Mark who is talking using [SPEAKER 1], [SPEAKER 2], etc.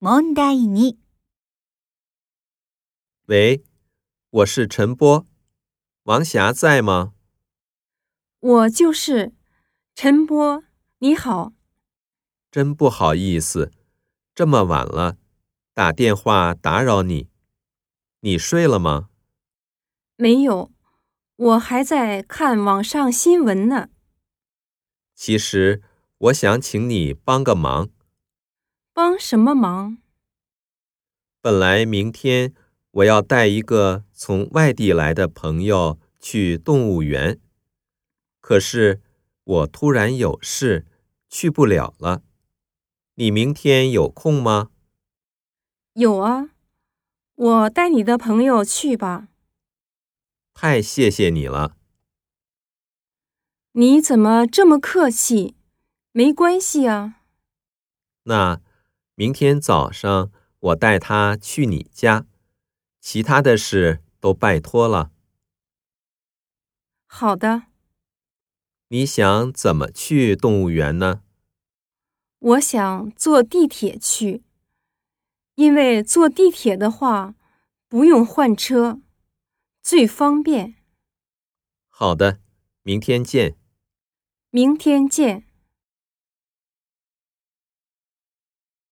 [SPEAKER 1] 問題2
[SPEAKER 2] 喂，我是陈波，王霞在吗？
[SPEAKER 3] 我就是陈波，你好，
[SPEAKER 2] 真不好意思，这么晚了，打电话打扰你。你睡了吗？
[SPEAKER 3] 没有，我还在看网上新闻呢。
[SPEAKER 2] 其实我想请你帮个忙，
[SPEAKER 3] 帮什么忙？
[SPEAKER 2] 本来明天我要带一个从外地来的朋友去动物园，可是我突然有事，去不了了。你明天有空吗？
[SPEAKER 3] 有啊，我带你的朋友去吧。
[SPEAKER 2] 太谢谢你了。
[SPEAKER 3] 你怎么这么客气？没关系啊。
[SPEAKER 2] 那明天早上我带他去你家，其他的事都拜托了。
[SPEAKER 3] 好的，
[SPEAKER 2] 你想怎么去动物园呢？
[SPEAKER 3] 我想坐地铁去，因为坐地铁的话不用换车，最方便。
[SPEAKER 2] 好的，明天见。
[SPEAKER 3] 明天见。